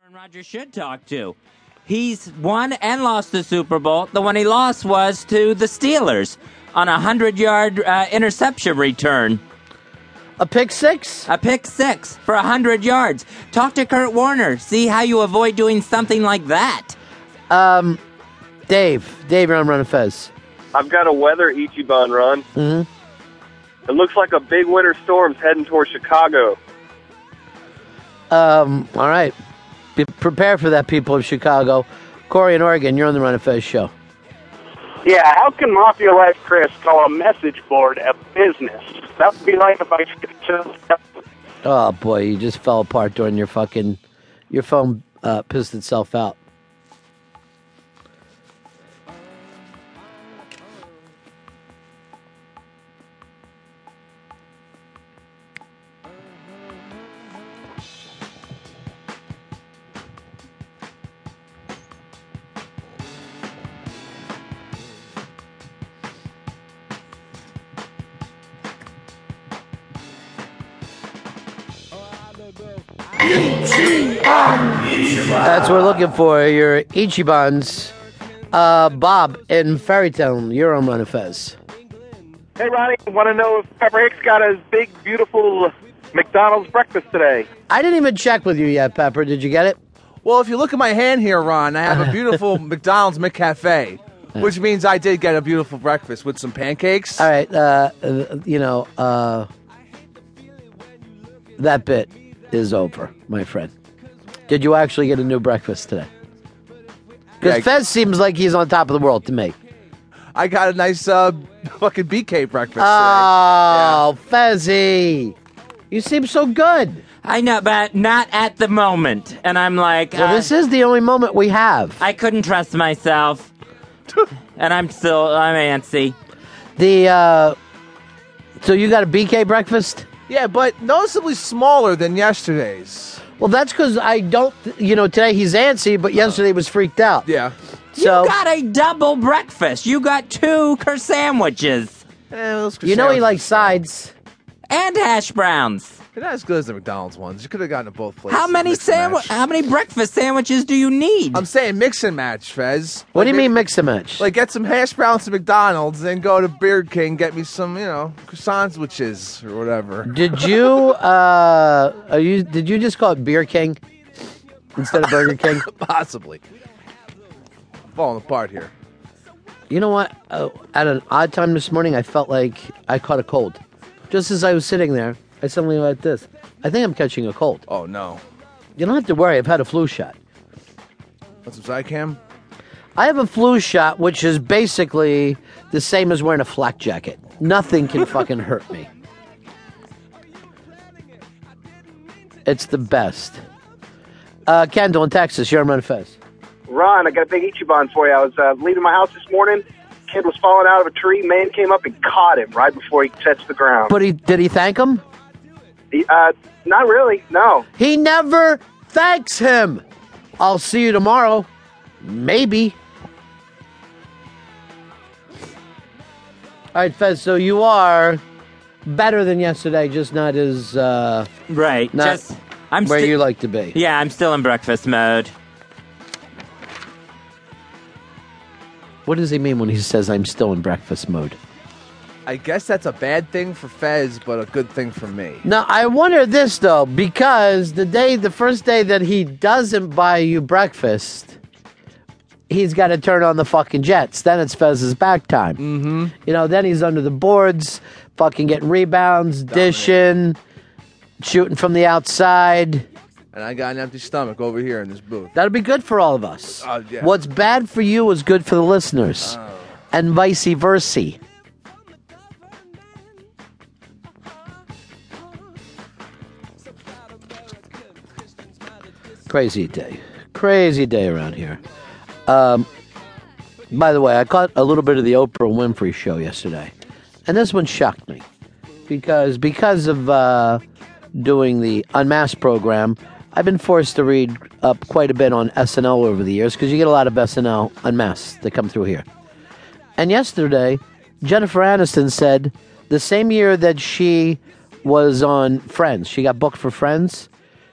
Aaron Rodgers should talk to. He's won and lost the Super Bowl. The one he lost was to the Steelers on a 100 yard uh, interception return, A pick six? a pick six for 100 yards. Talk to Kurt Warner. See how you avoid doing something like that. Um, Dave. Dave, you're on Run and Fez. I've got a weather Ichiban run. It looks like a big winter storm's heading toward Chicago. Um, all right. Be prepare for that, people of Chicago. Corey in Oregon, you're on the Run and Fez show. Yeah, how can Mafia Life Chris call a message board a business? That would be like if I Oh boy, you just fell apart during your fucking your phone uh, pissed itself out. That's what we're looking for. Your Ichibans. Uh, Bob in Ferrytown, you're on Run and Fez. Hey, Ronnie, want to know if Pepper Hicks got his big, beautiful McDonald's breakfast today? I didn't even check with you yet, Pepper. Did you get it? Well, if you look at my hand here, Ron, I have a beautiful McDonald's McCafe, which means I did get a beautiful breakfast with some pancakes. All right. Uh, uh, you know, uh, that bit is over, my friend. Did you actually get a new breakfast today? Because Yeah, I- Fez seems like he's on top of the world to me. I got a nice uh, fucking BK breakfast. today. Oh, Fezzy. You seem so good. I know, but not at the moment. And I'm like, Well, uh, this is the only moment we have. I couldn't trust myself. and I'm still, I'm antsy. The uh, so you got a BK breakfast? Yeah, but noticeably smaller than yesterday's. Well, that's because I don't. You know, today he's antsy, but yesterday was freaked out. Yeah. So you got a double breakfast. You got two cur sandwiches Eh, you know he likes sides. and hash browns. They're not as good as the McDonald's ones. You could have gotten it both places. How many Mix and sandwich? match. How many breakfast sandwiches do you need? I'm saying mix and match, Fez. What do you Like, they- mean mix and match? Like get some hash browns at McDonald's, then go to Beard King, get me some, you know, croissant sandwiches or whatever. Did you uh are you did you just call it Beer King instead of Burger King? Possibly. Falling apart here. You know what? Uh, at an odd time this morning, I felt like I caught a cold. Just as I was sitting there, I suddenly went like this. I think I'm catching a cold. Oh no. You don't have to worry. I've had a flu shot. Want some Zycam? I have a flu shot, which is basically the same as wearing a flak jacket. Nothing can fucking hurt me. It's the best. Uh, Kendall in Texas, you're on Fez. Ron, I got a big Ichiban for you. I was uh, leaving my house this morning. Kid was falling out of a tree. Man came up and caught him right before he touched the ground. But he did he thank him? He, uh, not really, no. He never thanks him. I'll see you tomorrow. Maybe. All right, Fez, so you are better than yesterday, just not as uh, right. not Just I'm where sti- you like to be. Yeah, I'm still in breakfast mode. What does he mean when he says I'm still in breakfast mode? I guess that's a bad thing for Fez, but a good thing for me. Now, I wonder this though, because the day, the first day that he doesn't buy you breakfast, he's got to turn on the fucking Jets. Then it's Fez's back time. Mm-hmm. You know, then he's under the boards, fucking getting rebounds, dishing, shooting from the outside. And I got an empty stomach over here in this booth. That'll be good for all of us. Uh, yeah. Oh. What's bad for you is good for the listeners, and vice versa. Crazy day. Crazy day around here. Um, by the way, I caught a little bit of the Oprah Winfrey show yesterday, and this one shocked me because because of uh, doing the Unmasked program, I've been forced to read up quite a bit on SNL over the years because you get a lot of SNL Unmasked that come through here. And yesterday, Jennifer Aniston said the same year that she was on Friends, she got booked for Friends.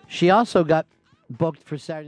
She also got booked for Saturday Night.